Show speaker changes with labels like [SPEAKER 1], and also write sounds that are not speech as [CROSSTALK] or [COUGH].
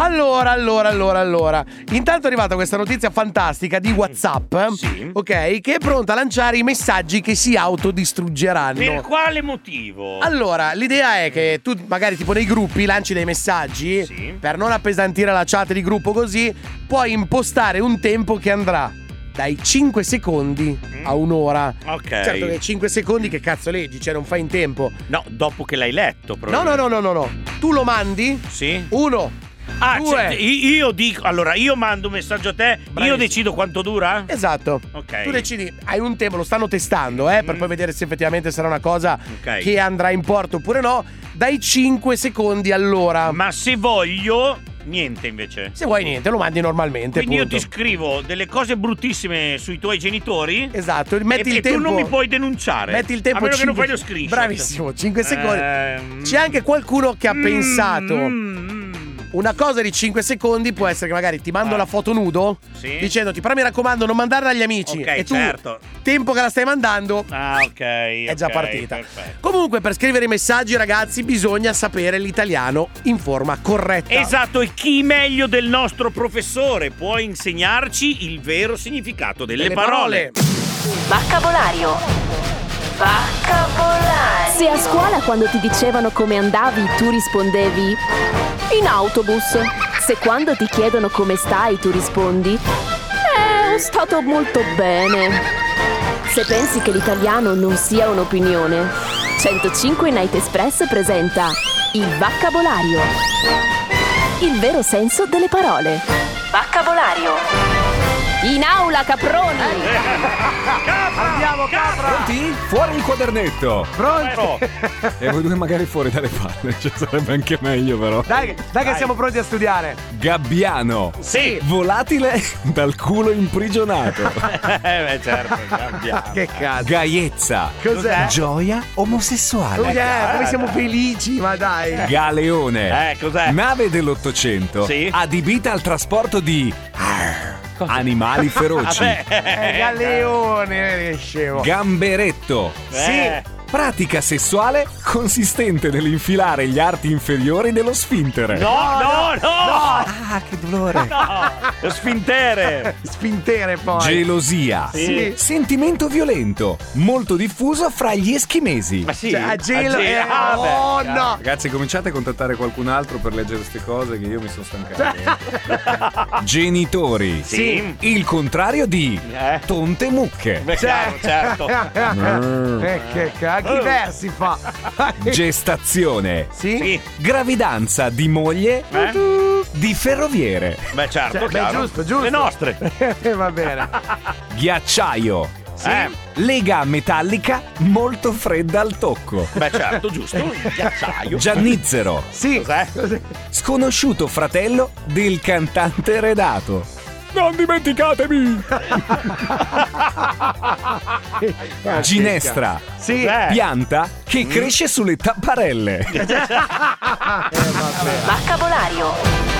[SPEAKER 1] Allora, allora, allora, allora. Intanto è arrivata questa notizia fantastica di WhatsApp, eh,
[SPEAKER 2] Sì.
[SPEAKER 1] ok, che è pronta a lanciare i messaggi che si autodistruggeranno.
[SPEAKER 2] Per quale motivo?
[SPEAKER 1] Allora, l'idea è che tu magari tipo nei gruppi lanci dei messaggi
[SPEAKER 2] Sì.
[SPEAKER 1] per non appesantire la chat di gruppo così, puoi impostare un tempo che andrà dai 5 secondi
[SPEAKER 2] Mm.
[SPEAKER 1] a un'ora.
[SPEAKER 2] Ok.
[SPEAKER 1] ah, Certo che 5 secondi che cazzo leggi, cioè non fai in tempo.
[SPEAKER 2] No, dopo che l'hai
[SPEAKER 1] No,
[SPEAKER 2] letto,
[SPEAKER 1] no,
[SPEAKER 2] probabilmente.
[SPEAKER 1] no, no, no, no. Tu lo mandi?
[SPEAKER 2] Sì?
[SPEAKER 1] Uno.
[SPEAKER 2] Ah,
[SPEAKER 1] due.
[SPEAKER 2] cioè, i- io dico, allora io mando un messaggio a te,
[SPEAKER 1] certo. Bravissimo.
[SPEAKER 2] io decido quanto dura?
[SPEAKER 1] Esatto.
[SPEAKER 2] Ok.
[SPEAKER 1] Tu decidi, hai un tempo, lo stanno testando, eh, per
[SPEAKER 2] Mm.
[SPEAKER 1] poi vedere se effettivamente sarà una cosa
[SPEAKER 2] Ok.
[SPEAKER 1] che andrà in porto oppure no, dai 5 secondi all'ora.
[SPEAKER 2] Ma se voglio, niente invece.
[SPEAKER 1] ah, Se vuoi niente, lo mandi normalmente.
[SPEAKER 2] Quindi io
[SPEAKER 1] punto.
[SPEAKER 2] ti scrivo delle cose bruttissime sui tuoi genitori.
[SPEAKER 1] Esatto, metti
[SPEAKER 2] e,
[SPEAKER 1] il
[SPEAKER 2] e
[SPEAKER 1] tempo.
[SPEAKER 2] tu non mi puoi denunciare.
[SPEAKER 1] Metti il tempo
[SPEAKER 2] A meno che non
[SPEAKER 1] cinque-
[SPEAKER 2] fai lo screenshot.
[SPEAKER 1] Bravissimo, 5 secondi.
[SPEAKER 2] Ehm.
[SPEAKER 1] C'è anche qualcuno che ha
[SPEAKER 2] Mm,
[SPEAKER 1] pensato.
[SPEAKER 2] mm, mm.
[SPEAKER 1] Una cosa di 5 secondi può essere che magari ti mando
[SPEAKER 2] Ah.
[SPEAKER 1] la foto nudo
[SPEAKER 2] Sì.
[SPEAKER 1] dicendoti però mi raccomando non mandarla agli amici
[SPEAKER 2] Ok,
[SPEAKER 1] e tu
[SPEAKER 2] certo.
[SPEAKER 1] tempo che la stai mandando
[SPEAKER 2] Ah, ok.
[SPEAKER 1] è già
[SPEAKER 2] ok,
[SPEAKER 1] partita.
[SPEAKER 2] perfetto.
[SPEAKER 1] Comunque per scrivere i messaggi ragazzi bisogna sapere l'italiano in forma corretta.
[SPEAKER 2] Esatto, e chi meglio del nostro professore può insegnarci il vero significato delle,
[SPEAKER 1] Le
[SPEAKER 2] parole.
[SPEAKER 1] parole.
[SPEAKER 3] Baccabolario. Baccabolario.
[SPEAKER 4] Se a scuola quando ti dicevano come andavi tu rispondevi in autobus. Se quando ti chiedono come stai tu rispondi eh, stato molto bene. Se pensi che l'italiano non sia un'opinione, 105 Night Express presenta il vocabolario. Il vero senso delle parole.
[SPEAKER 3] Baccabolario.
[SPEAKER 4] In aula, caproni!
[SPEAKER 2] Andiamo, capra!
[SPEAKER 5] Pronti? Fuori il quadernetto!
[SPEAKER 2] Però,
[SPEAKER 5] E voi due magari fuori dalle palle, cioè sarebbe anche meglio
[SPEAKER 1] [LAUGHS]
[SPEAKER 5] però.
[SPEAKER 1] Dai, dai, che siamo pronti a studiare.
[SPEAKER 5] Gabbiano!
[SPEAKER 2] sì!
[SPEAKER 5] Volatile dal culo
[SPEAKER 2] [LAUGHS]
[SPEAKER 5] imprigionato.
[SPEAKER 2] eh, beh, certo,
[SPEAKER 1] [LAUGHS]
[SPEAKER 2] andiamo.
[SPEAKER 1] Che cazzo.
[SPEAKER 5] Gaiezza.
[SPEAKER 1] Cos'è?
[SPEAKER 5] Gioia omosessuale.
[SPEAKER 2] Ecco.
[SPEAKER 1] Cos'è? Come siamo felici, ma dai.
[SPEAKER 5] Galeone.
[SPEAKER 2] Eh, cos'è?
[SPEAKER 5] Nave dell'Ottocento.
[SPEAKER 2] Sì.
[SPEAKER 5] Adibita al trasporto di
[SPEAKER 2] [LAUGHS]
[SPEAKER 5] animali
[SPEAKER 2] Ah,
[SPEAKER 5] feroci.
[SPEAKER 1] Eh, Galeone, eh, scemo.
[SPEAKER 5] Gamberetto.
[SPEAKER 2] Eh.
[SPEAKER 5] Pratica sessuale consistente nell'infilare gli arti inferiori dello sfintere.
[SPEAKER 2] No, no, no!
[SPEAKER 5] Ah, che dolore.
[SPEAKER 2] [LAUGHS] no. Lo sfintere!
[SPEAKER 1] Spintere poi.
[SPEAKER 5] Gelosia.
[SPEAKER 1] Sì.
[SPEAKER 5] Sentimento violento, molto diffuso fra gli eschimesi.
[SPEAKER 2] Ma sì,
[SPEAKER 1] Cioè, a gelo.
[SPEAKER 2] a
[SPEAKER 1] eh,
[SPEAKER 2] gelo. Ah, beh,
[SPEAKER 1] oh no.
[SPEAKER 5] Ragazzi, cominciate a contattare qualcun altro per leggere queste cose che io mi sono
[SPEAKER 2] [LAUGHS]
[SPEAKER 5] stancato. Genitori.
[SPEAKER 2] Sì.
[SPEAKER 5] Il contrario di
[SPEAKER 2] Eh.
[SPEAKER 5] tonte mucche.
[SPEAKER 2] Beh, chiaro, Uh. certo.
[SPEAKER 1] Cioè- [LAUGHS] Eh, che cazzo. Chi versi fa?
[SPEAKER 5] Gestazione.
[SPEAKER 1] Sì?
[SPEAKER 2] Sì,
[SPEAKER 5] Gravidanza di moglie
[SPEAKER 2] eh?
[SPEAKER 5] di ferroviere.
[SPEAKER 2] Beh, certo,
[SPEAKER 1] Cioè, beh,
[SPEAKER 2] chiaro.
[SPEAKER 1] giusto, giusto.
[SPEAKER 2] Le nostre.
[SPEAKER 1] Eh, [LAUGHS] Va bene.
[SPEAKER 5] Ghiacciaio.
[SPEAKER 2] Eh,
[SPEAKER 5] Lega metallica molto fredda al tocco.
[SPEAKER 2] beh, certo,
[SPEAKER 1] [LAUGHS]
[SPEAKER 2] giusto. Il ghiacciaio.
[SPEAKER 5] Giannizzero.
[SPEAKER 1] Sì.
[SPEAKER 2] Cos'è?
[SPEAKER 5] Sconosciuto fratello del cantante redato. Non dimenticatemi! Ginestra.
[SPEAKER 1] Sì.
[SPEAKER 5] Eh.
[SPEAKER 2] Cos'è?
[SPEAKER 5] Pianta che cresce sulle tapparelle.
[SPEAKER 3] Baccabolario.